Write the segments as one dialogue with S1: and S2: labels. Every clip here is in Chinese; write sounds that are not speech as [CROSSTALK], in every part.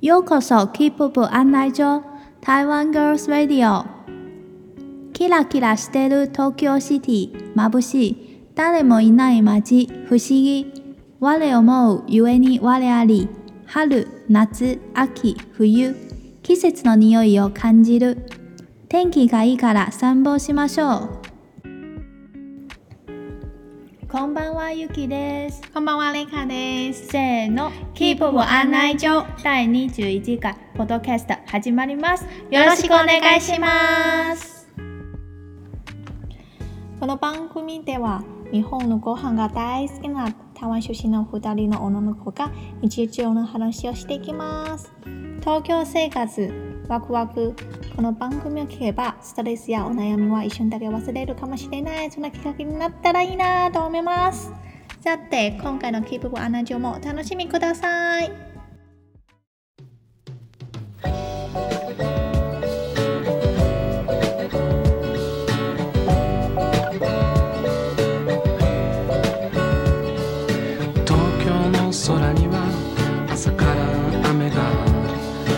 S1: ようこそ K-POP 案内所台湾 Girls Radio キラキラしてる東京シティ眩しい誰もいない街不思議我思うゆえに我あり春夏秋冬季節の匂いを感じる天気がいいから散歩しましょうこんばんはゆきです
S2: こんばんは、レイカです。
S1: せーの
S2: K-POP 案内所
S1: 第21回ポッドキャスト始まります
S2: よろしくお願いします。この番組では、日本のご飯が大好きな台湾出身の2人の女の子が日常の話をしていきます。東京生活、ワクワク。この番組を聞けば、ストレスやお悩みは一瞬だけ忘れるかもしれない、そんなきっかけになったらいいなと思います。さて、今回のキープ案内所もお楽しみください。
S3: 東京の空には朝から雨が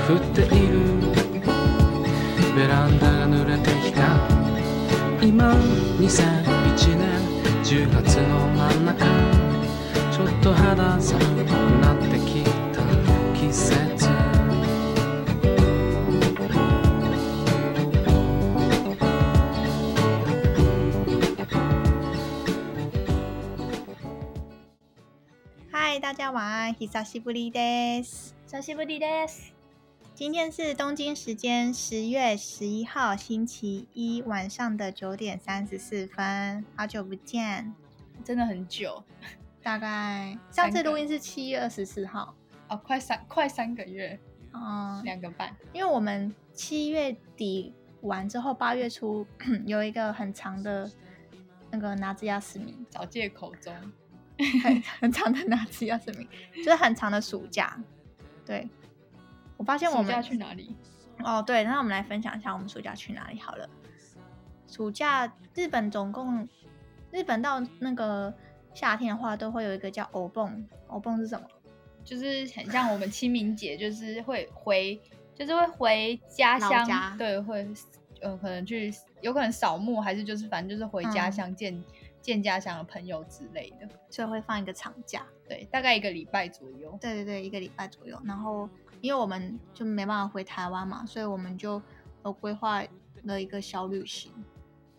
S3: 降っているベランダが濡れてきた今2001年10月の真ん中ちょっと肌寒くなってきた季節
S2: 嗨，大家晚安，久しぶりです。
S1: 久しぶりです
S2: 今天是东京时间十月十一号星期一晚上的九点三十四分，好久不见。
S4: 真的很久
S2: 大概上次
S4: 三个
S2: 录音是七月二十四号，
S4: 哦，快三快三个月，
S2: 嗯，
S1: 啊
S4: 两个半。
S2: 因为我们七月底完之后，八月初 [COUGHS] 有一个很长的那个拿兹亚斯米， [LAUGHS]
S4: 找借口中，
S2: 很很长的拿兹亚斯米，就是很长的暑假。对，我发现我
S4: 暑
S2: 们
S4: 假去哪里？
S2: 哦，对，那我们来分享一下我们暑假去哪里好了。暑假日本总共，日本到那个夏天的话，都会有一个叫欧蹦，欧蹦是什么？
S4: 就是很像我们清明节，就是会回，就是会回家
S2: 老
S4: 乡，
S2: 家
S4: 对，会呃可能去，有可能扫墓，还是就是反正就是回家
S2: 嗯
S4: 乡见、见家乡的朋友之类的。
S2: 所以会放一个长假，
S4: 对，大概一个礼拜左右。
S2: 对对对，一个礼拜左右。然后因为我们就没办法回台湾嘛，所以我们就有规划了一个小旅行。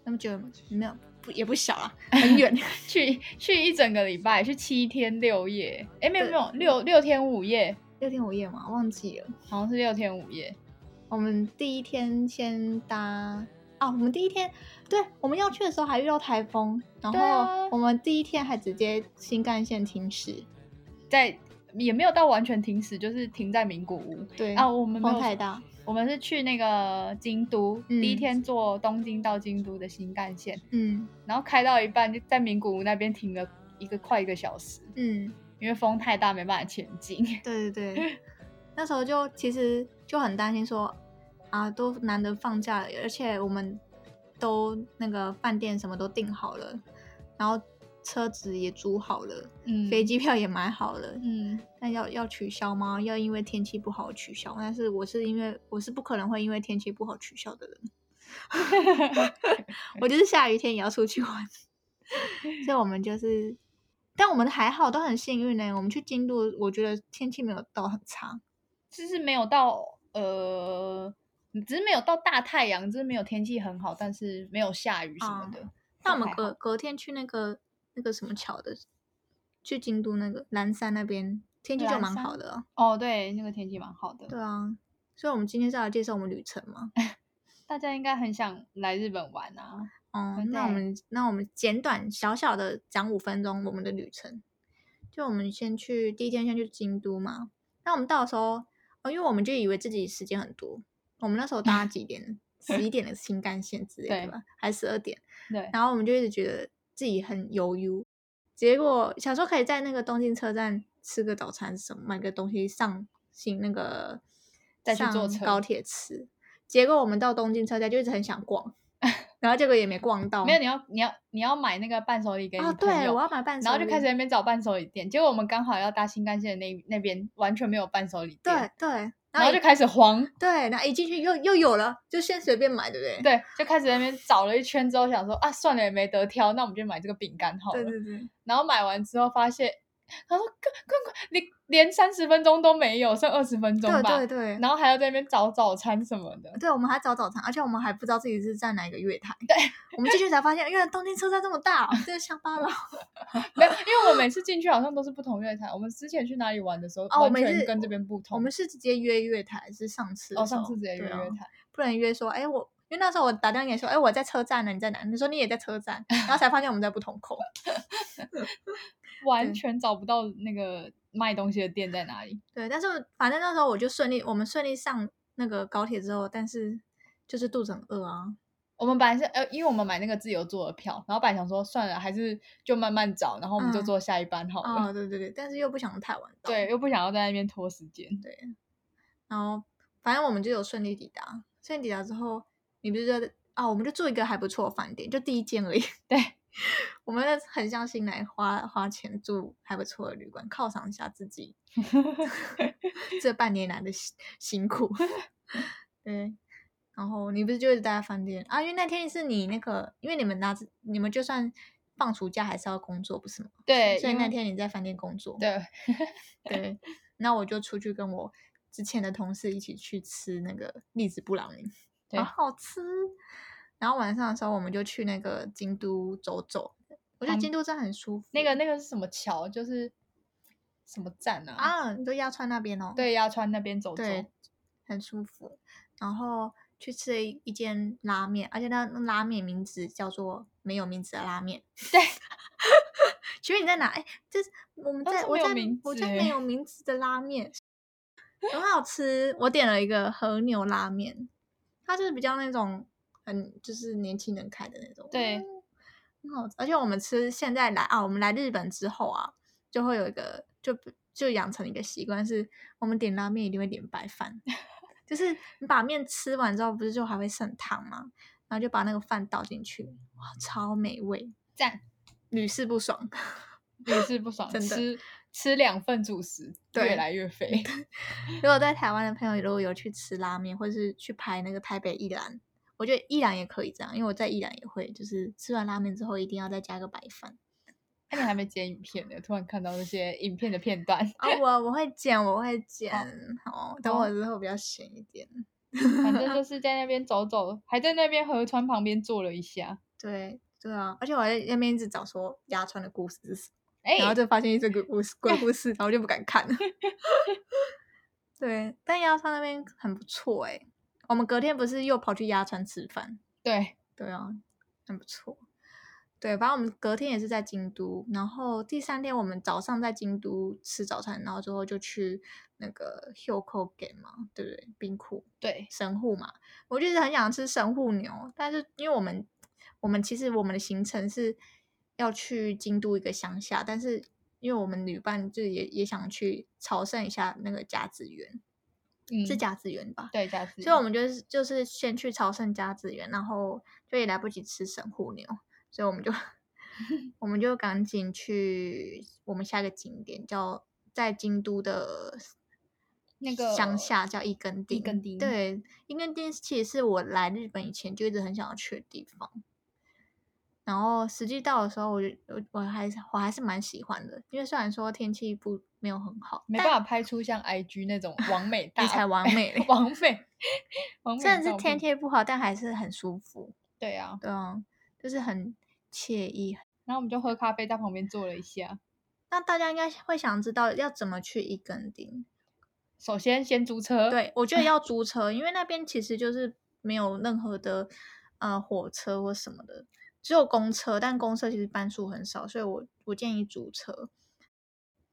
S2: 那么就没有不也不小啊，很远，
S4: 去去一整个礼拜，去七天六夜，哎，没有
S2: 对
S4: 没有，六六天五夜，
S2: 六天五夜嘛，忘记了。
S4: 好像是六天五夜。
S2: 我们第一天先搭啊，我们第一天对我们要去的时候还遇到台风，然
S4: 对啊
S2: 后我们第一天还直接新干线停驶，
S4: 在也没有到完全停驶，就是停在名古屋
S2: 对
S4: 啊。我们没
S2: 风太
S4: 有，
S2: 大，
S4: 我们是去那个京都，
S2: 嗯
S4: 第一天坐东京到京都的新干线，
S2: 嗯
S4: 然后开到一半就在名古屋那边停了一个快一个小时，
S2: 嗯，
S4: 因为风太大没办法前进。
S2: 对对
S4: [LAUGHS]
S2: 对，那时候就其实就很担心说啊，都难得放假了，而且我们都那个饭店什么都订好了，然后车子也租好了，
S4: 嗯
S2: 飞，机票也买好了，
S4: 嗯，
S2: 但要要取消吗？要因为天气不好取消？但是我是因为我是不可能会因为天气不好取消的人， [LAUGHS] 我就是下雨天也要出去玩，所以我们就是，但我们还好，都很幸运呢、我们去京都，我觉得天气没有到很差，
S4: 就是没有到呃。只是没有到大太阳，就是没有天气很好，但是没有下雨什么的。
S2: 但啊我们
S4: 还
S2: 隔隔天去那个那个什么桥的，去京都那个岚山那边，天气就
S4: 岚
S2: 蛮
S4: 山
S2: 好的啊、
S4: 哦，对，那个天气蛮好的。
S2: 对啊，所以我们今天是要来介绍我们旅程嘛。
S4: 大家应该很想来日本玩啊。
S2: 哦、
S4: 对
S2: 那我们那我们简短小小的讲五分钟我们的旅程。就我们先去第一天先去京都嘛，那我们到的时候，哦，因为我们就以为自己时间很多，我们那时候搭
S4: [LAUGHS]
S2: 几点？十一点的新干线之类
S4: 对
S2: 的吧，还是十二点？
S4: 对，
S2: 然后我们就一直觉得自己很悠悠，结果想说可以在那个东京车站吃个早餐什么，买个东西上新那个
S4: 再去坐
S2: 上
S4: 车
S2: 高铁吃。结果我们到东京车站就一直很想
S4: [LAUGHS]
S2: 逛，然后结果也没逛到。
S4: 没有，你要你要你要买那个伴手礼给你
S2: 啊，
S4: 朋
S2: 哦对，
S4: 友
S2: 我要买伴手
S4: 然
S2: 礼，
S4: 后就开始在那边找伴手礼店，结果我们刚好要搭新干线的那那边完全没有伴手礼
S2: 对
S4: 店，
S2: 对，
S4: 然后就开始慌， [LAUGHS]
S2: 对，然后一进去又又有了，就先随便买，对不对？
S4: 对，就开始在那边找了一圈之后，想说啊，算了，也没得挑，那我们就买这个饼干好了。
S2: 对对对，
S4: 然后买完之后发现，他说快快快，你连三十分钟都没有，剩二十分钟
S2: 对
S4: 吧。
S2: 对对。
S4: 然后还要在那边找早餐什么
S2: [LAUGHS]
S4: 的，
S2: 对，我们还找早餐，而且我们还不知道自己是在哪一个月台。对，我们进去才发现，原来东京车站这么
S4: [LAUGHS]
S2: 大哦，真的乡巴佬。
S4: 没有，因为我每次进去好像都是不同月台。我们之前去哪里玩的时候，
S2: 哦我
S4: 完
S2: 们
S4: 全
S2: 是
S4: 跟这边不同。
S2: 我们是直接约月台，是上次的
S4: 哦，
S2: 时
S4: 上
S2: 候
S4: 次直接约
S2: 对
S4: 月
S2: 啊
S4: 台，
S2: 不能约说，哎，我因为那时候我打电话给你说，哎，我在车站呢，你在哪？你说你也在车站，然后才发现我们在不同
S4: [LAUGHS]
S2: 口。对
S4: 完全找不到那个卖东西的店在哪里。
S2: 对，但是我反正那时候我就顺利，我们顺利上那个高铁之后，但是就是肚子很饿啊。
S4: 我们本来是呃，因为我们买那个自由座的票，然后本来想说算了，还是就慢慢找，然后我们就
S2: 嗯
S4: 坐下一班好了。
S2: 哦，对对对，但是又不想太晚到。
S4: 对，又不想要在那边拖时间。
S2: 然后反正我们就有顺利抵达。顺利抵达之后，你不是就在啊、我们就住一个还不错的饭店，就第一间而已。 [LAUGHS]
S4: 对，
S2: 我们很像新来花花钱住还不错的旅馆，犒赏一下自
S4: [LAUGHS]
S2: 己这半年来的辛辛苦。 [LAUGHS] 对，然后你不是就一直待在饭店啊？因为那天是你那个，因为你们拿着你们就算放暑假还是要工作，不是吗？
S4: 对
S2: 所以
S4: 因
S2: 那
S4: 为
S2: 天你在饭店工作。
S4: 对，
S2: 对，那我就出去跟我之前的同事一起去吃那个栗子布朗尼，
S4: 对
S2: 好好吃。然后晚上的时候，我们就去那个京都走走，我觉得
S4: 嗯
S2: 京都真的很舒服。
S4: 那个那个是什么桥？就是什么站啊？
S2: 啊，你说鸭川那边哦，
S4: 对，鸭川那边走走。
S2: 对，很舒服。然后去吃了一一间拉面，而且那那拉面名字叫做没有名字的拉面。
S4: [LAUGHS] 对，
S2: 请问你在哪？哎，就是我们
S4: 它
S2: 在
S4: 是
S2: 我
S4: 没有
S2: 在
S4: 名
S2: 我
S4: 字
S2: 在
S4: 欸
S2: 没有名字的拉面，很好吃。我点了一个和牛拉面，它就是比较那种很就是年轻人开的那种，
S4: 对
S2: 嗯，很好吃。而且我们吃现在来啊，我们来日本之后啊，就会有一个就就养成一个习惯，是我们点拉面一定会点白
S4: [LAUGHS]
S2: 饭，就是你把面吃完之后，不是就还会剩汤吗？然后就把那个饭倒进去，哇，超美味，
S4: 赞，
S2: 屡试不爽。
S4: 屡试不 [LAUGHS] 爽，
S2: 真的
S4: 吃吃两份主食，
S2: 对
S4: 越来越肥。 [LAUGHS]
S2: 如果在台湾的朋友如果有去吃拉面，或是去拍那个台北一兰，我觉得一兰也可以这样，因为我在一兰也会，就是吃完拉面之后一定要再加个白饭。
S4: 那你还没剪影片呢，突然看到那些影片的片段，
S2: 啊、我我会剪，我会剪，好，等
S4: 好
S2: 我之后比较闲一点。
S4: 反正就是在那边走走，还在那边河川旁边坐了一 [LAUGHS] 下。
S2: 对对啊，而且我还在那边一直找说鸭川的故事是什么，
S4: 哎、
S2: 然后就
S4: [LAUGHS]
S2: 发现一堆鬼故事、鬼故 [LAUGHS] 事，然后我就不敢看了。对，但鸭川那边很不错哎、我们隔天不是又跑去鸭川吃饭？
S4: 对，
S2: 对啊，很不错。对，反正我们隔天也是在京都，然后第三天我们早上在京都吃早餐，然后之后就去那个 Hyoko g a 嘛，对不对？冰库
S4: 对，
S2: 神户嘛，我就是很想吃神户牛，但是因为我们我们其实我们的行程是要去京都一个乡下，但是因为我们旅伴就也也想去朝圣一下那个甲子园，
S4: 嗯，
S2: 是甲子园吧？
S4: 对家子，
S2: 所以我们就是就是先去朝圣家子园，然后就也来不及吃神户牛，所以我们
S4: [LAUGHS] 嗯
S2: 就我们就赶紧去我们下一个景点叫在京都的
S4: 那个
S2: 乡下叫一根町。
S4: 根町
S2: 对，一根町其实是我来日本以前就一直很想要去的地方。然后实际到的时候我，就我我还是我还是蛮喜欢的，因为虽然说天气不没有很好，
S4: 没
S2: 但
S4: 办法拍出像 IG 那种
S2: [LAUGHS]
S4: 完美大，
S2: 才完
S4: [LAUGHS]
S2: 美嘞
S4: 完美，完美，
S2: 真的是天，气不好，但还是很舒服。
S4: 对啊。
S2: 对啊，就是很惬意。
S4: 然后我们就喝咖啡，在旁边坐了一下。
S2: 那大家应该会想知道要怎么去一根町？
S4: 首先先租车，，
S2: 对，我觉
S4: [LAUGHS]
S2: 得要租车，因为那边其实就是没有任何的呃火车或什么的，只有公车，但公车其实班数很少，所以我我建议租车。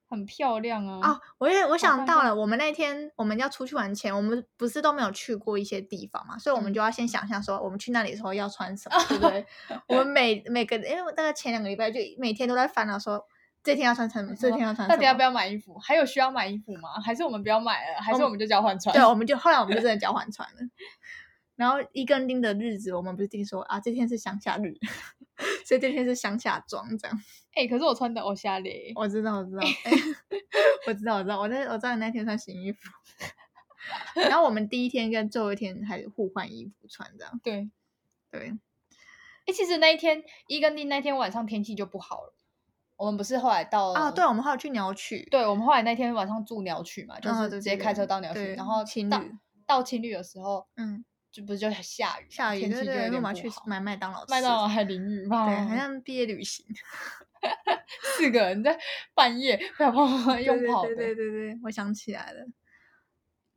S4: 很漂亮啊。
S2: 哦，我也我想
S4: 看
S2: 到
S4: 看
S2: 了，我们那天我们要出去玩前，我们不是都没有去过一些地方嘛，所以我们
S4: 嗯
S2: 就要先想象说我们去那里的时候要穿什么，对不
S4: [LAUGHS]
S2: 对？我们每每个，因为我大概前两个礼拜就每天都在烦恼说这天要穿什么，这天要穿什么，
S4: 到底要不要买衣服？还有需要买衣服吗？还是我们不要买了？还是我们就交换穿？
S2: 对，我们就后来我们就真的交换穿了。然后一根钉的日子，我们不是定说啊，这天是乡下日， [LAUGHS] 所以这天是乡下装这样。
S4: 哎、可是我穿的欧夏
S2: [LAUGHS]
S4: 嘞，
S2: 我知道，我知道，哎我知道，我知道，我那我知道你那天穿新衣服，然后我们第一天跟最后一天还互换衣服穿，这样
S4: 对，哎、
S2: 对，
S4: 其实那一天一跟 D 那天晚上天气就不好了，我们不是后来到
S2: 啊，对，我们还有去鸟取，
S4: 对，我们后来那天晚上住鸟区嘛，就
S2: 啊
S4: 是
S2: 对
S4: 直接
S2: 对
S4: 开车
S2: 对
S4: 到鸟区，
S2: 对
S4: 然后
S2: 青
S4: 到
S2: 旅
S4: 到青旅的时候，
S2: 嗯，
S4: 就不是就下雨嘛，
S2: 下雨，
S4: 天
S2: 对
S4: 气就
S2: 对，
S4: 有
S2: 因为
S4: 点
S2: 我们要去
S4: 不好
S2: 买麦当劳吃，
S4: 麦当劳还淋
S2: [LAUGHS]
S4: 雨嘛，
S2: 对，好像毕业旅行，
S4: 四个人在半夜啪啪啪啪
S2: [LAUGHS] 对
S4: [LAUGHS] 用
S2: 对
S4: 跑的，
S2: 对对对对，我想起来了。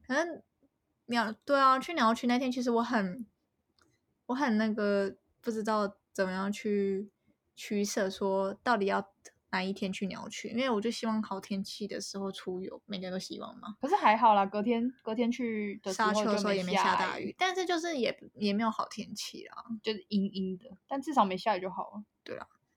S2: 反正鸟对啊，去鸟区那天，其实我很我很那个不知道怎么样去取舍，说到底要哪一天去鸟区，因为我就希望好天气的时候出游，每个人都希望嘛。
S4: 可是还好啦，隔天隔天去的时
S2: 沙
S4: 候
S2: 丘的时
S4: 就
S2: 候也没
S4: 下
S2: 大雨，，但是就是也也没有好天气啦。
S4: 就是阴阴的，但至少没下雨就好了。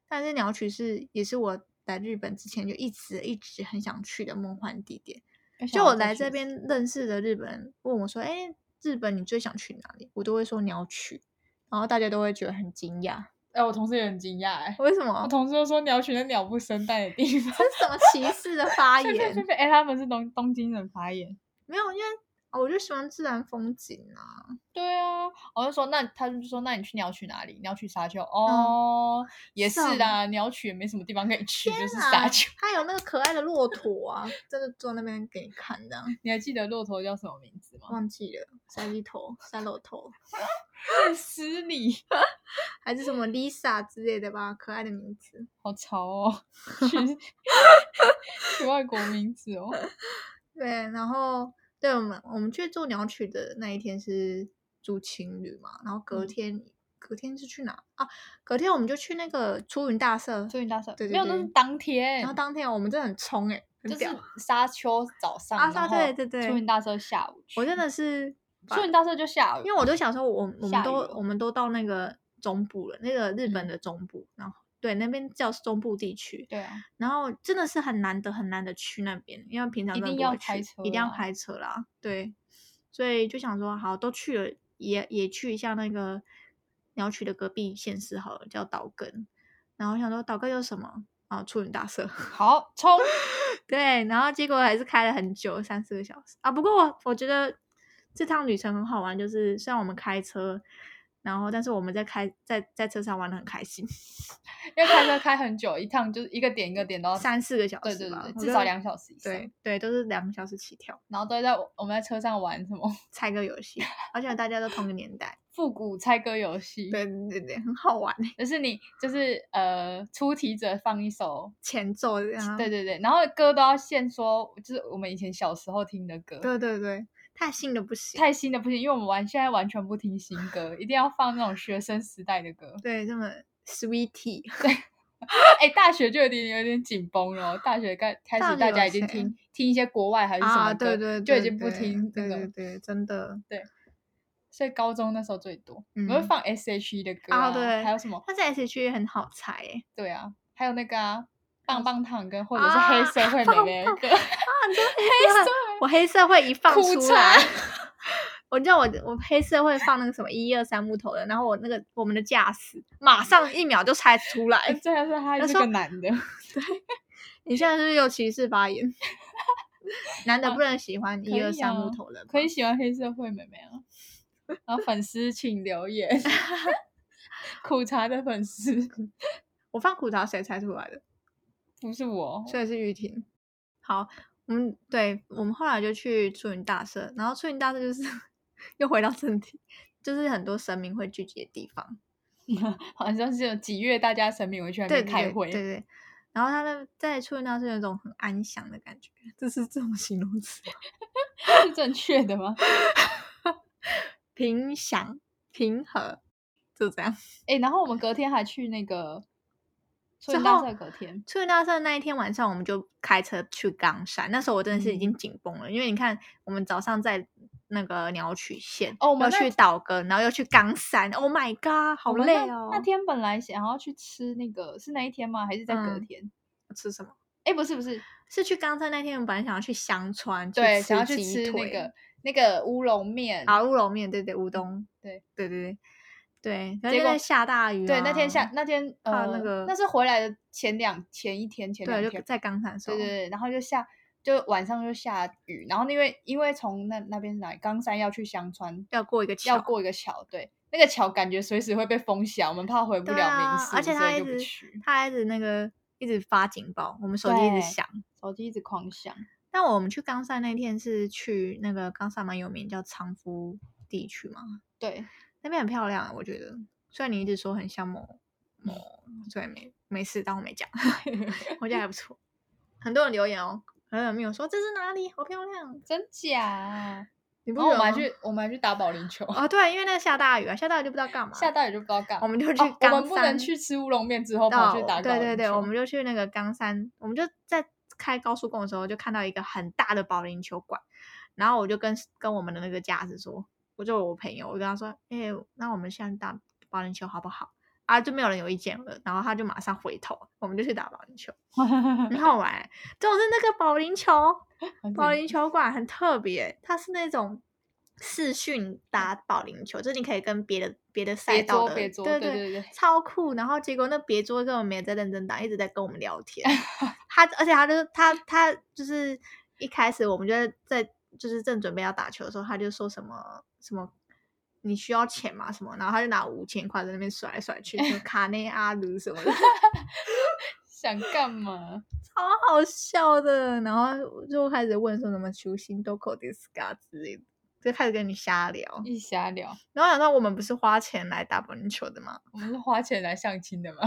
S2: 但是鸟取是也是我来日本之前就一直一直很想去的梦幻地点。
S4: 要想
S2: 就
S4: 要
S2: 我
S4: 再
S2: 来
S4: 去
S2: 这
S4: 一次
S2: 边认识的日本人问我说：“哎、日本你最想去哪里？”我都会说鸟取，然后大家都会觉得很惊讶，
S4: 哎、我同事也很惊讶哎，
S2: 为什
S4: 我
S2: 么？。
S4: 同事都说鸟取的鸟不生蛋的地方
S2: [LAUGHS]
S4: [LAUGHS]
S2: 这是什么歧视的发
S4: 对对对
S2: 言？
S4: 对，哎、他们是东东京人发言。
S2: 没有，因为哦我就喜欢自然风景啊。
S4: 对啊，我就说那他就说那你去鸟取哪里？鸟取沙
S2: 嗯
S4: 丘哦，也是
S2: 上
S4: 啦，鸟取也没什么地方可以去，
S2: 天
S4: 就是
S2: 啊
S4: 沙丘。 [LAUGHS]
S2: 还有那个可爱的骆驼啊，真的坐那边给你看，这样
S4: 你还记得骆驼叫什么名字吗？
S2: 忘记了塞鸡头、塞骆头，嗯
S4: [LAUGHS] 很失礼，
S2: 还是什么 Lisa 之类的吧，可爱的名字。
S4: 好潮
S2: [LAUGHS]
S4: 哦，取取外国名字
S2: [LAUGHS]
S4: 哦。
S2: 对，然后对我们我们去做鸟取的那一天是住情侣嘛，然后隔
S4: 嗯
S2: 天、隔天是去哪啊？隔天我们就去那个出云大社，
S4: 所以大社
S2: 对对
S4: 没有，那
S2: 对
S4: 是当天，
S2: 然后当天我们真的很冲哎、很
S4: 就
S2: 屌
S4: 是沙丘早上，
S2: 啊
S4: 然
S2: 沙对
S4: 后
S2: 对对
S4: 出云大社下午去。
S2: 我真的是把，
S4: 出云大社就下午，
S2: 因为我就想说我，我们
S4: 下雨
S2: 都
S4: 了
S2: 我们都到那个中部了，那个日本
S4: 嗯
S2: 的中部，然后对那边叫中部地区，
S4: 对啊，
S2: 然后真的是很难得很难得去那边，因为平常
S4: 一
S2: 真的
S4: 定
S2: 不
S4: 要
S2: 会
S4: 开
S2: 去
S4: 车
S2: 一定要
S4: 啦
S2: 开车啦。对，所以就想说，好，都去了，也也去一下那个鸟取的隔壁县市好了，叫岛根。然后想说岛根有什么啊？出云大社。 [LAUGHS]
S4: 好冲， [LAUGHS]
S2: 对，然后结果还是开了很久，三四个小时啊。不过我我觉得这趟旅程很好玩，就是虽然我们开车，然后但是我们在开在在车上玩的很开心，
S4: 因为开车开很久，一趟就是一个点一个点都要
S2: 三四个小
S4: 哦对
S2: 时
S4: 对
S2: 吧
S4: 对，
S2: 我
S4: 至
S2: 觉
S4: 少
S2: 得
S4: 两小时以上。
S2: 对对，都是两个小时起跳。
S4: 然后都在我我们在车上玩什么 [LAUGHS]
S2: 猜歌游戏，而且大家都同个年代，
S4: 复古猜歌游戏，
S2: 对对对对，很好玩欸。
S4: 就是你就是呃出题者放一首，
S2: 前奏这样，
S4: 对对对，然后歌都要现说，就是我们以前小时候听的歌，
S2: 对对对，太新的不行。
S4: 太新的不行，因为我们玩现在完全不听新歌，一定要放那种学生时代的歌。
S2: 对，这么 sweetie，
S4: 哎，大学就有点有点紧绷了哦，大学开开
S2: 大
S4: 始
S2: 学
S4: 大家
S2: 有
S4: 已经
S2: 谁
S4: 听听一些国外还是什
S2: 啊，
S4: 么
S2: 对
S4: 歌，
S2: 对，
S4: 就已
S2: 对
S4: 经不
S2: 对
S4: 听那
S2: 对对
S4: 个，
S2: 对，真的。
S4: 所以高中那时候最多，我会
S2: 嗯
S4: 放 S.H.E 的歌
S2: 啊对
S4: 还有什么？
S2: 但是 S H E 很好猜诶，
S4: 对啊，还有那个啊，
S2: 还有
S4: 棒
S2: 什
S4: 棒糖跟或者是黑
S2: 啊
S4: 社会
S2: 棒
S4: 妹妹的
S2: 棒
S4: 歌，
S2: 啊，你说黑社会，我黑社会一放
S4: 哭
S2: 出
S4: 惨，
S2: 来， [LAUGHS] 我知道我我黑社会放那个什么一二三木头人，然后我那个我们的驾驶马上一秒就猜出来
S4: [LAUGHS] 呃最后是他
S2: 有
S4: 是
S2: 时候
S4: 个男的，
S2: 你现在是不是有歧视发言？ [LAUGHS] 男的
S4: 啊
S2: 不能喜欢
S4: 可
S2: 一二
S4: 以
S2: 三木
S4: 啊
S2: 头人吗，
S4: 可以喜欢黑社会妹妹啊。然后粉丝请留言，
S2: [LAUGHS]
S4: 苦茶的粉丝
S2: 我放苦茶谁猜出来的？
S4: 不是我，
S2: 所以是玉婷。好，我们对我们后来就去出云大社，然后出云大社就是 [LAUGHS] 又回到正题，就是很多神明会聚集的地方。
S4: 好像是有几月大家神明回去那
S2: 对
S4: 边
S2: 对
S4: 开
S2: 对
S4: 会，
S2: 对对。然后他的在出云大社有一种很安详的感觉，这是这种形容词 [LAUGHS] 吗，
S4: 是正确的吗？
S2: 平祥平和，就这样。
S4: 哎、然后我们隔天还去
S2: [LAUGHS]
S4: 那个春
S2: 之
S4: 大
S2: 后
S4: 社，隔天
S2: 出云大社那一天晚上，我们就开车去冈山。那时候我真的是已经
S4: 嗯
S2: 紧绷了，因为你看，我们早上在那个鸟取县，
S4: 哦我们
S2: 又
S4: 那
S2: 去岛根，然后又去冈山。Oh my god，好
S4: 我们
S2: 累
S4: 那
S2: 哦！
S4: 那天本来想要去吃那个，是那一天吗？还是在隔
S2: 嗯
S4: 天？
S2: 吃什么？
S4: 哎、不是不是，
S2: 是去冈山那天，我们本来想要去香川，
S4: 对，想要去
S2: 鸡
S4: 吃那
S2: 腿
S4: 个那个乌龙面，
S2: 啊乌龙面，对对，乌冬，
S4: 对
S2: 对对对对，
S4: 结
S2: 结果
S4: 果
S2: 下大雨、啊，
S4: 对，那天下那天
S2: 还
S4: 呃
S2: 有那个
S4: 那是回来的前两前一天前两
S2: 对，就
S4: 天，
S2: 在冈山的时
S4: 对
S2: 候，
S4: 对对，然后就下就晚上就下雨，然后因为因为从那那边来冈山要去香川，
S2: 要过一个桥，
S4: 要过一个桥，对，那个桥感觉随时会被封峡，我们怕回不
S2: 对
S4: 了
S2: 啊
S4: 民宿，，
S2: 而且
S4: 所
S2: 他
S4: 以
S2: 一
S4: 就不
S2: 直
S4: 去
S2: 他一直那个一直发警报，我们手机一直
S4: 对
S2: 响。
S4: 手机一直狂响，
S2: 但我们去冈山那天是去那个冈山蛮有名叫仓敷地区嘛，
S4: 对，
S2: 那边很漂亮，啊我觉得。虽然你一直说很像某某，对，没没事，当我没讲， [LAUGHS] 我觉得还不错。很多人留言哦，很多人没有说这是哪里，好漂亮。
S4: 真假？
S2: 你不
S4: 哦然后我
S2: 觉得吗
S4: 们还去我们还去打保
S2: [LAUGHS]
S4: 龄球，
S2: 哦，对，因为那下大雨啊，下大雨就不知道干嘛。
S4: 下大雨就不知道干嘛，
S2: 我们就去
S4: 哦我
S2: 冈
S4: 们不
S2: 山
S4: 能去吃乌龙面之后跑
S2: 到
S4: 去打保
S2: 对对
S4: 龄
S2: 对，
S4: 球
S2: 我们就去那个冈山，我们就在开高速公路的时候就看到一个很大的保龄球馆，然后我就跟跟我们的那个架子说，我就我朋友，我跟他说，哎、那我们现在打保龄球好不好？啊，就没有人有意见了，然后他就马上回头，我们就去打保龄球， [LAUGHS] 很好玩欸。总是那个保龄球，
S4: 很
S2: 保
S4: 紧
S2: 龄球馆很特别，它是那种视讯打保龄球，就是你可以跟别的别的赛
S4: 嗯别
S2: 道
S4: 桌
S2: 的，
S4: 别桌
S2: 对
S4: 对
S2: 对
S4: 对对
S2: 超酷。然后结果那别桌根本没有在认真打，一直在跟我们聊
S4: [LAUGHS]
S2: 天。他而且他就是他他就是一开始我们就在就是正准备要打球的时候，他就说什么什么。你需要钱吗？什么？然后他就拿五千块在那边甩来甩去，
S4: [LAUGHS]
S2: 就卡内阿鲁什么的，
S4: 想干嘛？
S2: 超好笑的。然后就开始问说什么“球星都口 disca” 之类的，就开始跟你瞎聊。
S4: 一瞎聊，
S2: 然后想到我们不是花钱来打保龄球的吗？
S4: 我们是花钱来相亲的嘛？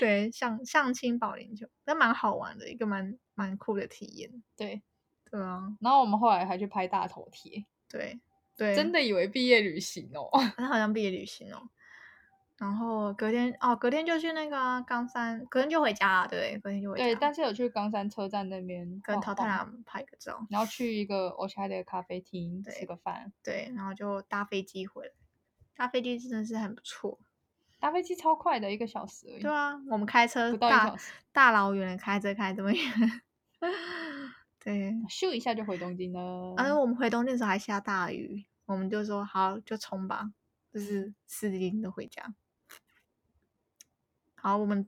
S2: 对，相相亲保龄球，但蛮好玩的，一个蛮蛮酷的体验。
S4: 对，
S2: 对啊，
S4: [LAUGHS] 然后我们后来还去拍大头贴，
S2: 对对，
S4: 真
S2: 的，
S4: 的以为毕业旅行哦。
S2: 那好像毕业旅行哦。然后隔天哦，隔天就去那个啊冈山，隔天就回家了，对，隔天就回家。
S4: 对，但哦是有去冈山车站那边
S2: 跟
S4: 晃
S2: 桃太
S4: 晃
S2: 郎拍个照，
S4: 然后去一个我家的咖啡厅
S2: 对
S4: 吃个饭，
S2: 对，然后就搭飞机回来。搭飞机真的是很不错，
S4: 搭飞机超快的，一个小时而已。
S2: 对啊，我们开车
S4: 不到一
S2: 大
S4: 小时
S2: 大老远的开车开这么远， [LAUGHS] 对，
S4: 咻一下就回东京了。
S2: 而且哎我们回东京的时候还下大雨，我们就说好就冲吧，就是司机都回家。好，我们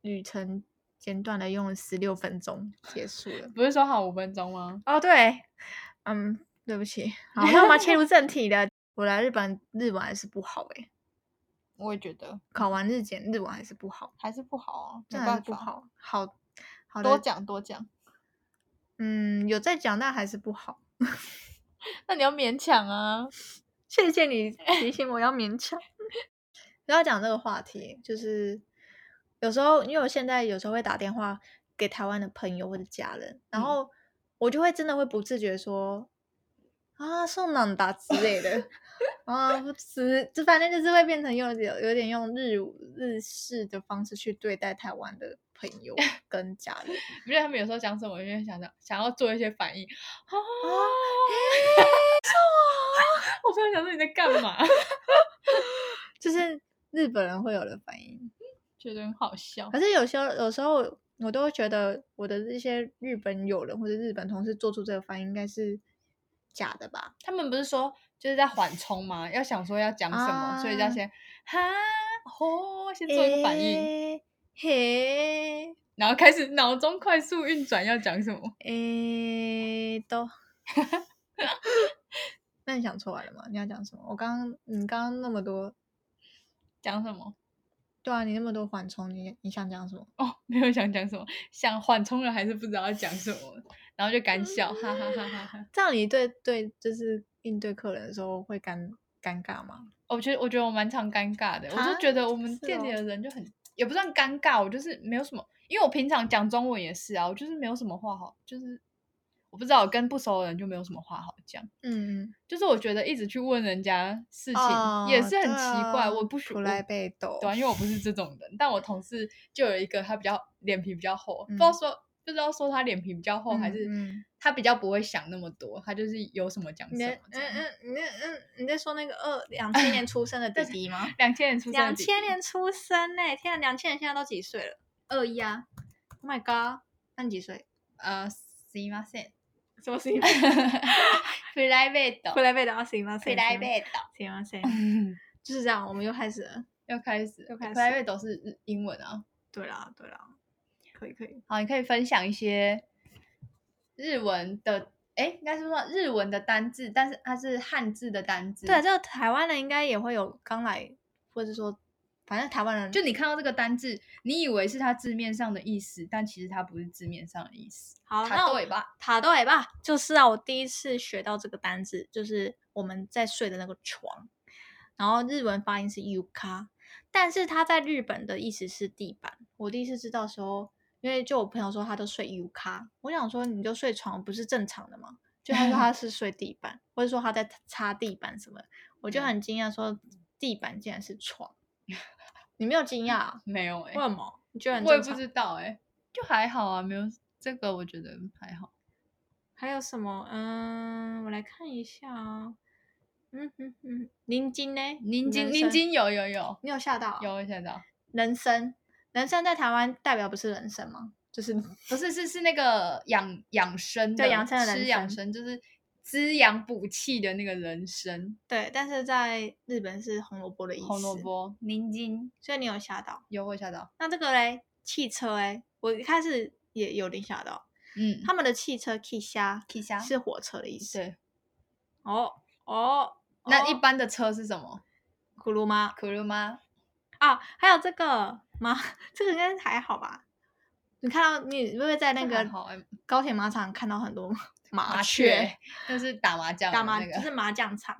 S2: 旅程简短的用了十六分钟结束
S4: [LAUGHS]
S2: 了。
S4: 不是说好五分钟吗？
S2: 哦，对，嗯，对不
S4: [LAUGHS]
S2: 起。好，那我们要切入正题了。我来日本，日文还是不好诶、
S4: 我也觉得
S2: 考完日检，日文还是不好，
S4: 还是不好啊，没
S2: 真的还
S4: 办
S2: 是不
S4: 法，
S2: 好。好好
S4: 多
S2: 的，
S4: 讲多讲。
S2: 嗯，有在讲，但还是不好。
S4: 那你要勉强啊，
S2: 谢谢你提醒我要勉强。 [LAUGHS] 不要讲这个话题，就是有时候，因为我现在有时候会打电话给台湾的朋友或者家人，然
S4: 嗯
S2: 后我就会真的会不自觉说啊，送朗达之类的啊，不只就反正就是会变成用有有点用日日式的方式去对待台湾的朋友跟家人。
S4: 不是他们有时候讲什么，我就会想着想要做一些反应啊。
S2: [LAUGHS]
S4: 我朋友想说你在干嘛，
S2: 就是日本人会有的反应。
S4: 觉得很好笑
S2: 可。是有时候，有时候我都会觉得我的这些日本友人或者日本同事做出这个反应应该是假的吧？
S4: 他们不是说就是在缓冲吗？要想说要讲什么，所以要
S2: 啊
S4: 先哈吼，先做一个反应，
S2: 欸嘿，
S4: 然后开始脑中快速运转要讲什么。
S2: 诶、
S4: [LAUGHS]
S2: 都。那你想出来了吗？你要讲什么？我刚刚，你刚刚那么多，
S4: 讲什么？
S2: 对啊，你那么多缓冲，你你想讲什么？
S4: 哦，没有想讲什么，想缓冲了还是不知道要讲什么，然后就干笑，哈哈哈哈哈。
S2: 这样你对对，就是应对客人的时候会尴尴尬吗？
S4: 我觉得我觉得我蛮常尴尬的，我
S2: 啊
S4: 就觉得我们
S2: 是
S4: 店里
S2: 哦
S4: 的人就很、也不算尴尬，我就是没有什么，因为我平常讲中文也是啊，我就是没有什么话好，就是我不知道我跟不熟的人就没有什么话好讲。
S2: 嗯，
S4: 就是我觉得一直去问人家事情、
S2: 哦
S4: 也是很
S2: 对
S4: 奇怪，
S2: 啊
S4: 我不许
S2: 普
S4: 我
S2: 来被斗
S4: 对啊、因为我不是这种人。但我同事就有一个，他比较脸皮比较厚，
S2: 嗯
S4: 不知道说不知道说他脸皮比较厚，还
S2: 嗯
S4: 是
S2: 嗯
S4: 他比较不会想那么多，他就是有什么讲
S2: 你
S4: 什么
S2: 在
S4: 这
S2: 嗯
S4: 样。
S2: 嗯你在嗯你在说那个二两
S4: [LAUGHS]
S2: 千年出生的弟弟吗？
S4: 两千年出生的
S2: 两
S4: 弟弟，
S2: 千年出生呢、天啊，两千年现在都几岁了？二一啊！Oh my god！那你几岁？
S4: 呃，すいません。
S2: 什么事 [LAUGHS] 情？
S4: プライ
S2: [LAUGHS]
S4: ベート
S2: 回来被打死吗？
S4: プライベート。
S2: 哦行吗？行吗？ [LAUGHS] 就是这样，我们又开始了。
S4: 又开始了，
S2: 又开始
S4: プライベート是日英文啊。
S2: 对啦，对啦，可以可以。
S4: 好，你可以分享一些日文的，哎，应该是说日文的单字，但是它是汉字的单字。
S2: 对，这个台湾人应该也会有刚来，或者说，反正台湾人
S4: 就你看到这个单字，你以为是它字面上的意思，但其实它不是字面上的意思。
S2: 好，
S4: 塔
S2: 那我
S4: 对吧？
S2: 塔豆尾巴就是啊，我第一次学到这个单字，就是我们在睡的那个床，然后日文发音是 yuka，但是它在日本的意思是地板。我第一次知道的时候，因为就我朋友说他都睡 yuka，我想说你就睡床不是正常的吗？就他说他是睡地板，或者说他在擦地板什么的，我
S4: 嗯
S2: 就很惊讶，说地板竟然是床，你没有惊讶、
S4: [LAUGHS]
S2: 啊？
S4: 没有哎、
S2: 为什么？你觉得很
S4: 我也
S2: 正常？
S4: 不知道哎、就还好啊，没有这个我觉得还好。
S2: 还有什么？嗯，我来看一下啊。嗯哼哼，宁津呢？
S4: 宁津，
S2: 人
S4: 宁
S2: 参，
S4: 津有有有
S2: 你有吓到？哦
S4: 有，我想到，
S2: 人参，人参在台湾代表不是人参吗？就是
S4: 不是是是那个养养生的，
S2: 对养生的人
S4: 吃养
S2: 参
S4: 生就是滋养补气的那个人参，
S2: 对，但是在日本是红萝卜的意思。
S4: 红萝，卜，宁津
S2: 所以你有吓到。
S4: 有会吓到，
S2: 那这个嘞，汽车哎，我一开始也有点吓到。
S4: 嗯，
S2: 他们的汽车 k i s h
S4: 汽车
S2: 是火车的意思。
S4: 对。
S2: 哦哦，
S4: 那一
S2: 哦
S4: 般的车是什么？
S2: 咕噜吗？
S4: 可乐吗？
S2: 啊，还有这个吗？ [LAUGHS] 这个应该还好吧？你看到你会不会在那
S4: 这还
S2: 个
S4: 好欸
S2: 高铁马场看到很多麻
S4: [LAUGHS] 麻
S2: 雀
S4: 雀，就是打麻将
S2: 打
S4: 的
S2: 麻
S4: 那
S2: 就是
S4: 个。
S2: 麻将场？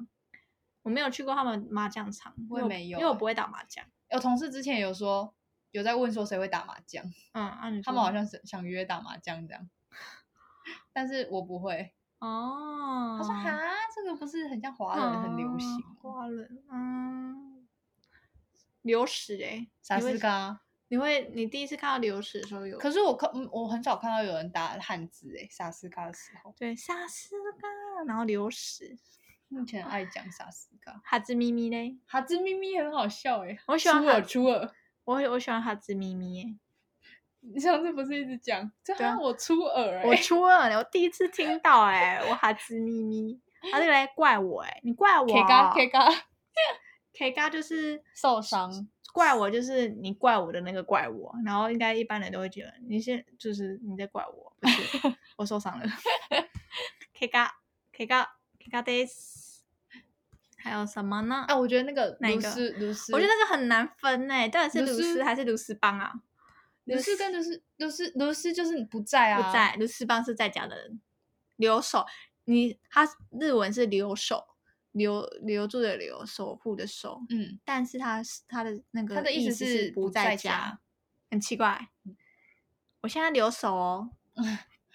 S2: 我没有去过他们麻将场，因
S4: 我
S2: 为
S4: 也没有
S2: 因为我
S4: 欸
S2: 不会打麻将。
S4: 有同事之前有说，有在问说谁会打麻将，
S2: 嗯，啊，你
S4: 他
S2: 说
S4: 们好像是想约打麻将这样，但是我不会。
S2: 哦，
S4: 他说哈，这个不是很像华人很流行
S2: 哦
S4: 吗？
S2: 花轮，嗯，流石哎，
S4: 啥
S2: 你会
S4: 斯嘎？
S2: 你会你第一次看到流石的时候有
S4: 可是我看，嗯我很少看到有人打汉字诶，萨斯嘎的时候，
S2: 对沙斯嘎，然后流石，
S4: 目前爱讲萨斯嘎，
S2: 哈兹咪咪嘞，
S4: 哈兹咪咪很好笑诶，
S2: 我喜欢
S4: 初
S2: 哈
S4: 耳初耳，
S2: 我我喜欢哈兹咪咪哎。
S4: 你上次不是一直讲，这
S2: 对啊
S4: 哈我初耳欸
S2: 我 [LAUGHS]
S4: 诶，
S2: 初二了，我第一次听到哎、我哈兹咪咪，他这个来怪我哎、你怪我
S4: K 嘎 K 嘎
S2: K 嘎就是
S4: [LAUGHS] 受伤，
S2: 怪我，就是你怪我的那个怪我，然后应该一般人都会觉得你是就是你在怪我，不是
S4: [LAUGHS]
S2: 我受伤了 K 嘎 K 嘎 K 嘎 days，还有什么呢？
S4: 啊，我觉得那个
S2: 哪一
S4: 卢
S2: 个
S4: 斯卢斯，
S2: 我觉得那个很难分哎、到底是
S4: 卢
S2: 卢
S4: 斯
S2: 斯还是卢斯邦啊？
S4: 卢斯跟卢斯卢斯卢斯就是你不在啊，
S2: 不在，卢斯邦是在家的人。留守，你他日文是留守，留留住的留，守护的守，
S4: 嗯，
S2: 但是他是他的那个
S4: 他的意
S2: 意
S4: 思是
S2: 是
S4: 不
S2: 在
S4: 在
S2: 家，
S4: 家，
S2: 很奇怪。我现在留守哦 [LAUGHS]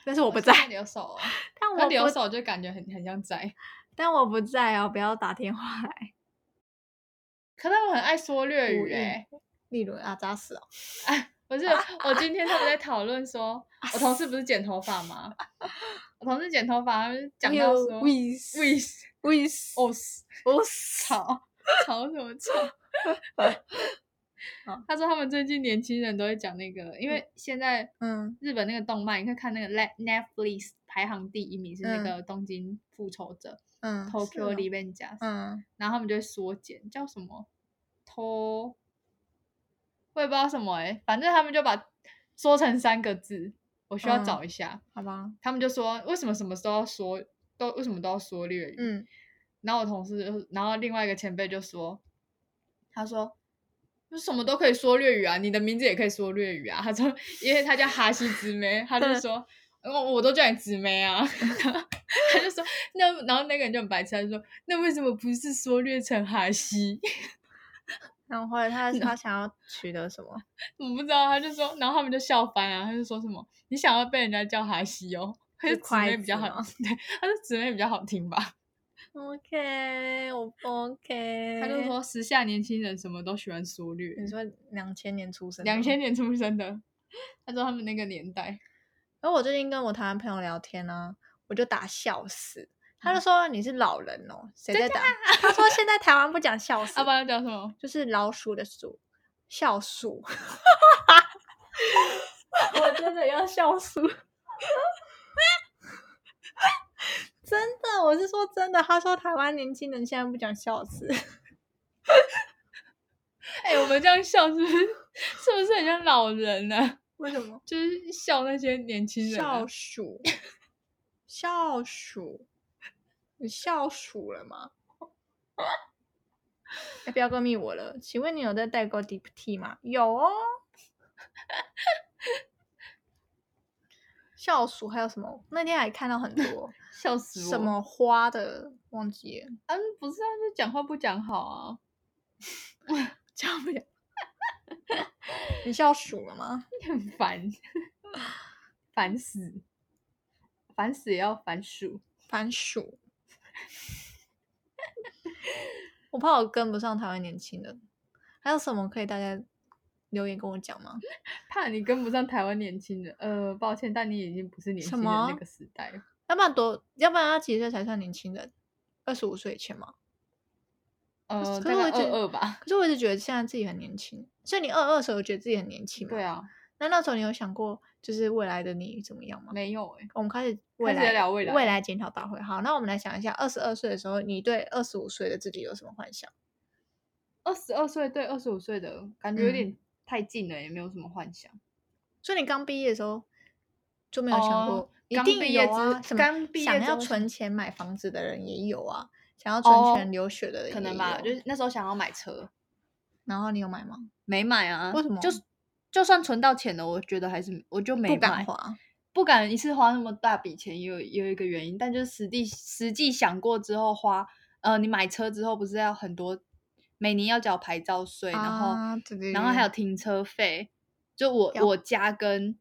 S2: 但是我不
S4: 现
S2: 在，
S4: 留
S2: [LAUGHS]
S4: 守哦，
S2: 但
S4: 他
S2: 我
S4: 留
S2: 不，
S4: 守就感觉很很像在， [LAUGHS]
S2: 但我不在哦，不要打电话来。
S4: 可他们很爱说粤
S2: 故意
S4: 语欸诶。
S2: 例如啊，扎死哦，
S4: 不是，我今天他们在讨论说，我同事不是剪头发吗？我同事剪头发，他们讲到说
S2: w i s
S4: we
S2: w i s
S4: o
S2: 我
S4: 吵吵什么吵
S2: [LAUGHS] 好？
S4: 他说他们最近年轻人都会讲那个，因为现在
S2: 嗯
S4: 日本那个动漫，你可以看那个 Net- Netflix 排行第一名是那
S2: 嗯
S4: 个《东京复仇者
S2: 嗯》
S4: （Tokyo
S2: 里，
S4: Revengers），
S2: 嗯
S4: 然后他们就会缩减叫什么偷，我也不知道什么哎、反正他们就把说成三个字，我需要
S2: 嗯
S4: 找一下。
S2: 好吧，
S4: 他们就说为什么什么时候要说都为什么都要说粤语？
S2: 嗯
S4: 然后我同事就，然后另外一个前辈就说，他说。就什么都可以说粤语啊，你的名字也可以说粤语啊。他说，因为他叫哈西姊妹，他就说，呃我我都叫你姊妹啊。 [LAUGHS] 他就说，那然后那个人就很白痴，他就说，那为什么不是说略成哈西？ [LAUGHS]
S2: 然后或者他他想要取得什么？
S4: 我不知道，他就说，然后他们就笑翻啊，他就说什么你想要被人家叫哈西哦，他
S2: 是
S4: 就姊妹
S2: 筷
S4: 比较
S2: 子
S4: 好，
S2: 吗
S4: 对，他说姊妹比较好听吧。
S2: [LAUGHS] OK，我不 OK。
S4: 他就说时下年轻人什么都喜欢缩略，
S2: 你说两千年出生的吗，
S4: 两千年出生的，他说他们那个年代，
S2: 然后我最近跟我台湾朋友聊天呢、我就打笑死，他就说你是老人哦，谁在打？他说现在台啊湾不讲 [LAUGHS] 笑死，
S4: 啊要不然叫什 [LAUGHS] 么？
S2: 就是老鼠的鼠，笑鼠。 [LAUGHS] 我真的要笑鼠。 [LAUGHS] 真的，我是说真的。他说台湾年轻人现在不讲笑死，
S4: 哎、我们这样笑是不是是不是很像老人呢、啊？ [LAUGHS]
S2: 为什么？
S4: 就是笑那些年轻人啊、
S2: 笑鼠，笑鼠，你笑鼠了吗？哎，不要告密我了。请问你有在代购 Deep T 吗？有哦。笑鼠还有什么？那天还看到很多
S4: 笑死我！
S2: 什么花的，忘记了。
S4: 嗯，不是啊，就讲话不讲好 [LAUGHS] 啊。
S2: 讲不了。你笑鼠了吗？
S4: 很烦， [LAUGHS] 烦死，烦死也要烦鼠。
S2: 番薯。 [LAUGHS] 我怕我跟不上台湾年轻人。还有什么可以大家留言跟我讲吗？
S4: 怕你跟不上台湾年轻人，呃，抱歉，但你已经不是年
S2: 什
S4: 轻人
S2: 么
S4: 那个时代了。
S2: 要不然多，要不然要几岁才算年轻人？二十五岁以前吗？
S4: 呃，
S2: 可
S4: 大
S2: 是我
S4: 概
S2: 一直
S4: 二二吧。
S2: 可是我一直觉得现在自己很年轻，所以你二二的时候觉得自己很年轻吗？
S4: 对。啊，
S2: 那那时候你有想过就是未来的你怎么样吗？
S4: 没有哎、
S2: 我们开始未
S4: 开始
S2: 来
S4: 聊未来
S2: 未来检讨大会。好，那我们来想一下，二十二岁的时候，你对二十五岁的自己有什么幻想？
S4: 二十二岁对二十五岁的感觉有
S2: 嗯
S4: 点太近了，也没有什么幻想。
S2: 所以你刚毕业的时候就没有想过，
S4: 哦
S2: 一
S4: 刚
S2: 定
S4: 毕
S2: 有
S4: 业
S2: 啊，
S4: 之
S2: 什么
S4: 刚毕业
S2: 想
S4: 之
S2: 要
S4: 后是
S2: 存钱买房子的人也有啊，想要
S4: 哦
S2: 存钱留学的人也有、
S4: 可能吧，就是那时候想要买车，
S2: 然后你有买吗？
S4: 没买啊。
S2: 为什么
S4: 就是就算存到钱了，我觉得还是我就没买。
S2: 不敢花，
S4: 不敢一次花那么大笔钱，也有也有一个原因，但就是实际实际想过之后花，呃，你买车之后不是要很多，每年要缴牌照税，然后、
S2: 啊对对
S4: 然后还有
S2: 对
S4: 停车费，就我
S2: 要
S4: 我家跟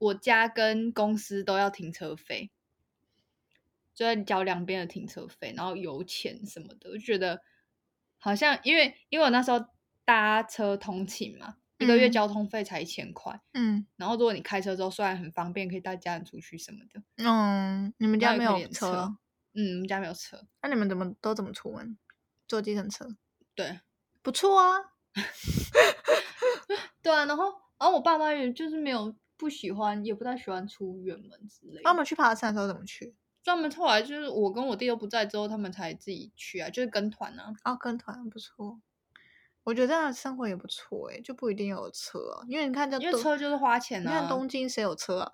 S4: 我家跟公司都要停车费，就要缴两边的停车费，然后油钱什么的，我就觉得好像因为因为我那时候搭车通勤嘛，一个月
S2: 嗯
S4: 交通费才一千块。
S2: 嗯
S4: 然后如果你开车之后，虽然很方便，可以带家人出去什么的。
S2: 嗯，你们家
S4: 那也
S2: 没
S4: 可以
S2: 有
S4: 练
S2: 车
S4: 车
S2: 哦，
S4: 嗯，我们家没有车，
S2: 那你们怎么都怎么出门？坐计程车，
S4: 对
S2: 不错啊，
S4: 对啊。然后，然后我爸妈也就是没有不喜欢，也不太喜欢出远门之类
S2: 那我
S4: 的。
S2: 们去爬山的时候怎么去？
S4: 专门后来就是我跟我弟都不在之后，他们才自己去啊，就是跟团
S1: [LAUGHS]
S4: 啊。
S2: 哦，跟团不错，我觉得这样的生活也不错哎、就不一定要有车啊，因为你看这
S4: 因为
S2: 东
S4: 车就是花钱
S2: 你看
S4: 啊
S2: 东京谁有车啊？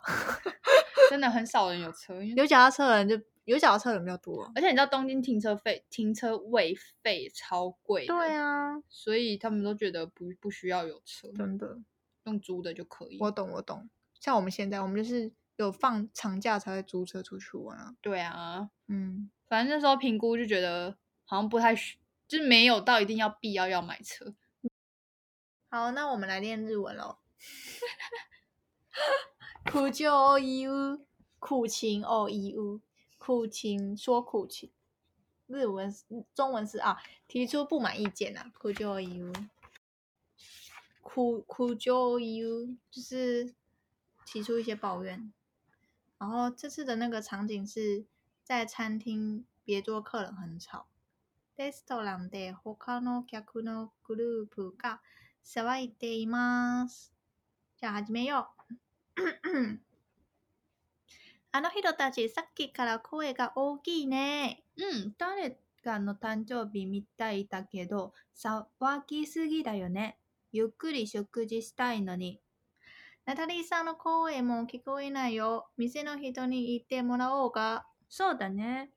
S4: 真的很少人有车，因
S2: 有
S4: 为
S2: 脚踏车的人就有脚踏车的人比较多。
S4: 而且你知道东京停车费、停车位费超贵，
S2: 对，啊，
S4: 所以他们都觉得不不需要有车，
S2: 真的，
S4: 用租的就可以。
S2: 我懂我懂。像我们现在，我们就是有放长假才会租车出去玩啊。
S4: 对啊，
S2: 嗯，
S4: 反正那时候评估就觉得好像不太需，就是没有到一定要必要要买车。
S2: 好，那我们来练日文喽。苦就哦一呜，苦情哦一呜，苦情说苦情。日文是中文是啊，提出不满意见啊，苦就哦一呜，苦苦就哦一呜，就是提出一些抱怨。然后这次的那个场景是在餐厅，别桌客人很吵。レストランで他の客のグループが騒いでいます。じゃあ始めよう。あの人たちさっきから声が大きいね。
S1: うん、誰かの誕生日みたいだけど、騒ぎすぎだよね。ゆっくり食事したいのに。
S2: ナタリーさんの声も聞こえないよ。店の人に言ってもらおうか。
S1: そうだね。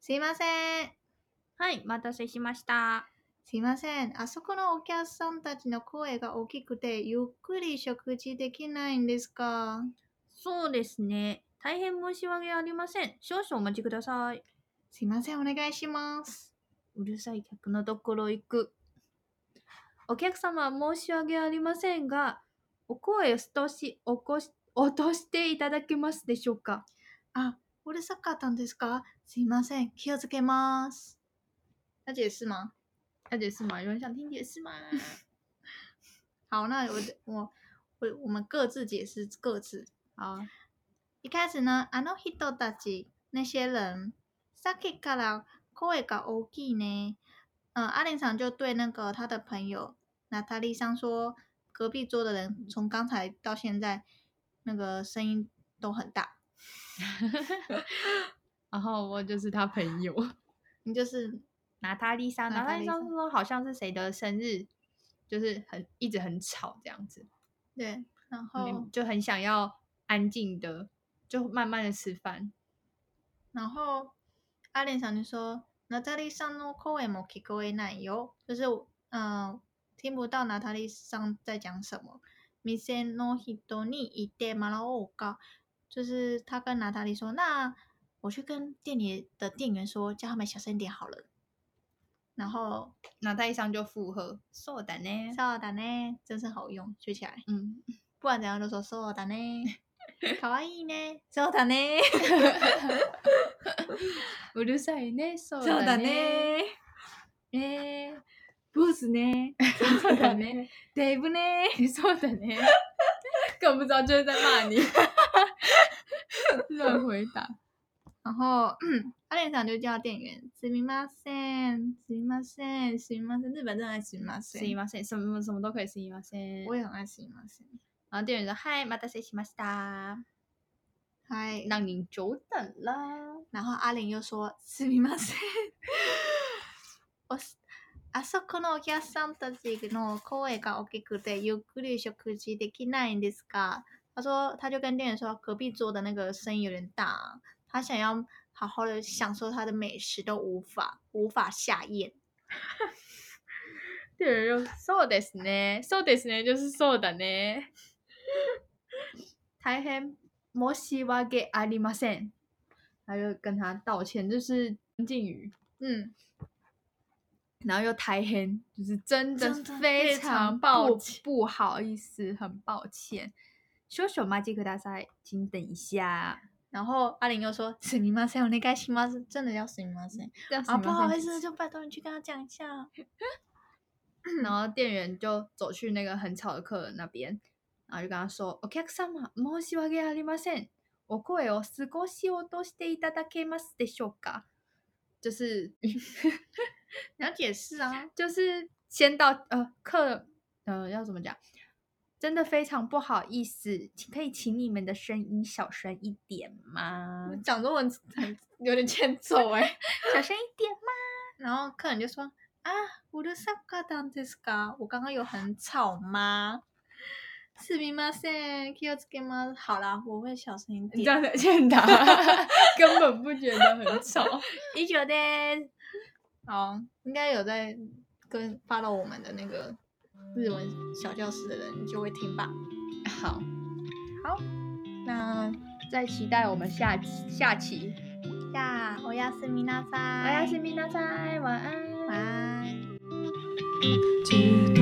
S2: すいません。
S1: はい、お待たせしました。
S2: すいません。あそこのお客さんたちの声が大きくて、ゆっくり食事できないんですか
S1: そうですね。大変申し訳ありません。少々お待ちください。
S2: すいません。お願いします。
S1: うるさい客のところ行く。お客様申し訳ありませんが、お声を少し起こし落としていただけますでしょうか。
S2: あ、うるさかったんですかすいません。気をつけます。要解释吗？
S4: 要解释吗？有人想听解释吗？
S2: 好，那我我我我们各自解释各自。
S4: 好，
S2: 一开始呢，あの人たち那些人，さっきから声が大きいね。呃，阿玲赏就对那个他的朋友娜塔莉桑说，隔壁桌的人从刚才到现在，那个声音都很大。
S4: 然后我就是他
S1: [LAUGHS]
S4: 朋友，
S2: 你就是
S4: 娜塔莉莎，
S2: 娜
S4: 娜
S2: 塔
S4: 塔
S2: 莉
S4: 莉
S2: 莎
S4: 莎说好像是谁的生日，就是很一直很吵这样子，
S2: 对，然
S4: 你
S2: 后
S4: 就很想要安静的，就慢慢的吃饭。
S2: 然后阿莲想就说“娜塔莉桑の声も聞こえないよ”，就是嗯、呃听不到娜塔莉桑在讲什么。店の人に行ってもらおうか，就是他跟娜塔莉说：“那我去跟店里的店员说，叫他们小声点好了。”然后
S4: 那他一上就附和，そうだね。
S2: そうだね，真是好用，学起来。
S4: 嗯，
S2: 不管怎样都说そうだ [LAUGHS] ね，可愛いね，そうだね，
S4: うるさいね、そう
S2: そう
S4: だ
S2: だ
S4: ね。
S2: ね。えー、ブースね。そうだ
S4: [LAUGHS]
S2: ね。デイブね。
S4: そうだね。根本不知道就是在骂 [LAUGHS] 你。乱回答。
S2: 然后，阿莲厂就叫店员，すみません，すみません，すみません。日本真的爱すみませ
S4: すい
S2: ん，
S4: ません，什么什么都可以すいません
S2: 我。也很爱すみません。
S4: 然后店员说：“嗨，またせしました，
S2: 嗨，
S4: 让您久等了。
S2: 然后阿玲又说すみません。我是あそこのお客さんたちの声が大きくてゆっくり食事できないんですか？他说，他就跟店员说，隔壁桌的那个声音有点大，他想要好好的享受他的美食都无法无法下咽。”
S4: 店员又：“そうですね，そうですね，就是そうだね。 [LAUGHS] 大変申し訳ありません。”他就跟他道歉，就是敬语。
S2: 嗯，
S4: 然后又太黑，就是真的
S2: 真的
S4: 非
S2: 非
S4: 常
S2: 常
S4: 抱
S2: 抱
S4: 歉
S2: 歉，
S4: 不好意思，很抱歉。修修马吉克大赛，请等一下。
S2: 然后阿玲又说すみません，お願いします，真的要すみません啊，
S4: 啊
S2: 不好意思，就拜托你去跟他讲一下。
S4: 然后店员就走去那个很吵的客人那边，然后就跟他说：“お客様、申し訳ありません。お声を少し落としていただけますでしょうか？”就是 [LAUGHS]
S2: 你要解释啊，
S4: 就是先到呃客呃要怎么讲？真的非常不好意思，请可以请你们的声音小声一点吗？
S2: 讲中文很有点欠揍哎、 [LAUGHS]
S4: 小声一点吗？
S2: 然后客人就说：“啊，我的萨嘎当这是嘎，我刚刚有很吵吗？”すみません、気をつけます。好啦，我会小声一
S4: 你这样
S2: 点。
S4: 的欠 [LAUGHS] 打，根本不觉得很吵。
S2: 一九的，好，应该有在跟发到我们的那个日文小教室的人就会听吧。
S4: 好，
S2: 那
S4: 再期待我们下期下期。
S2: 下，おやすみなさい。
S4: 我要是米娜在，晚安，晚
S2: 晚安。
S5: ずっ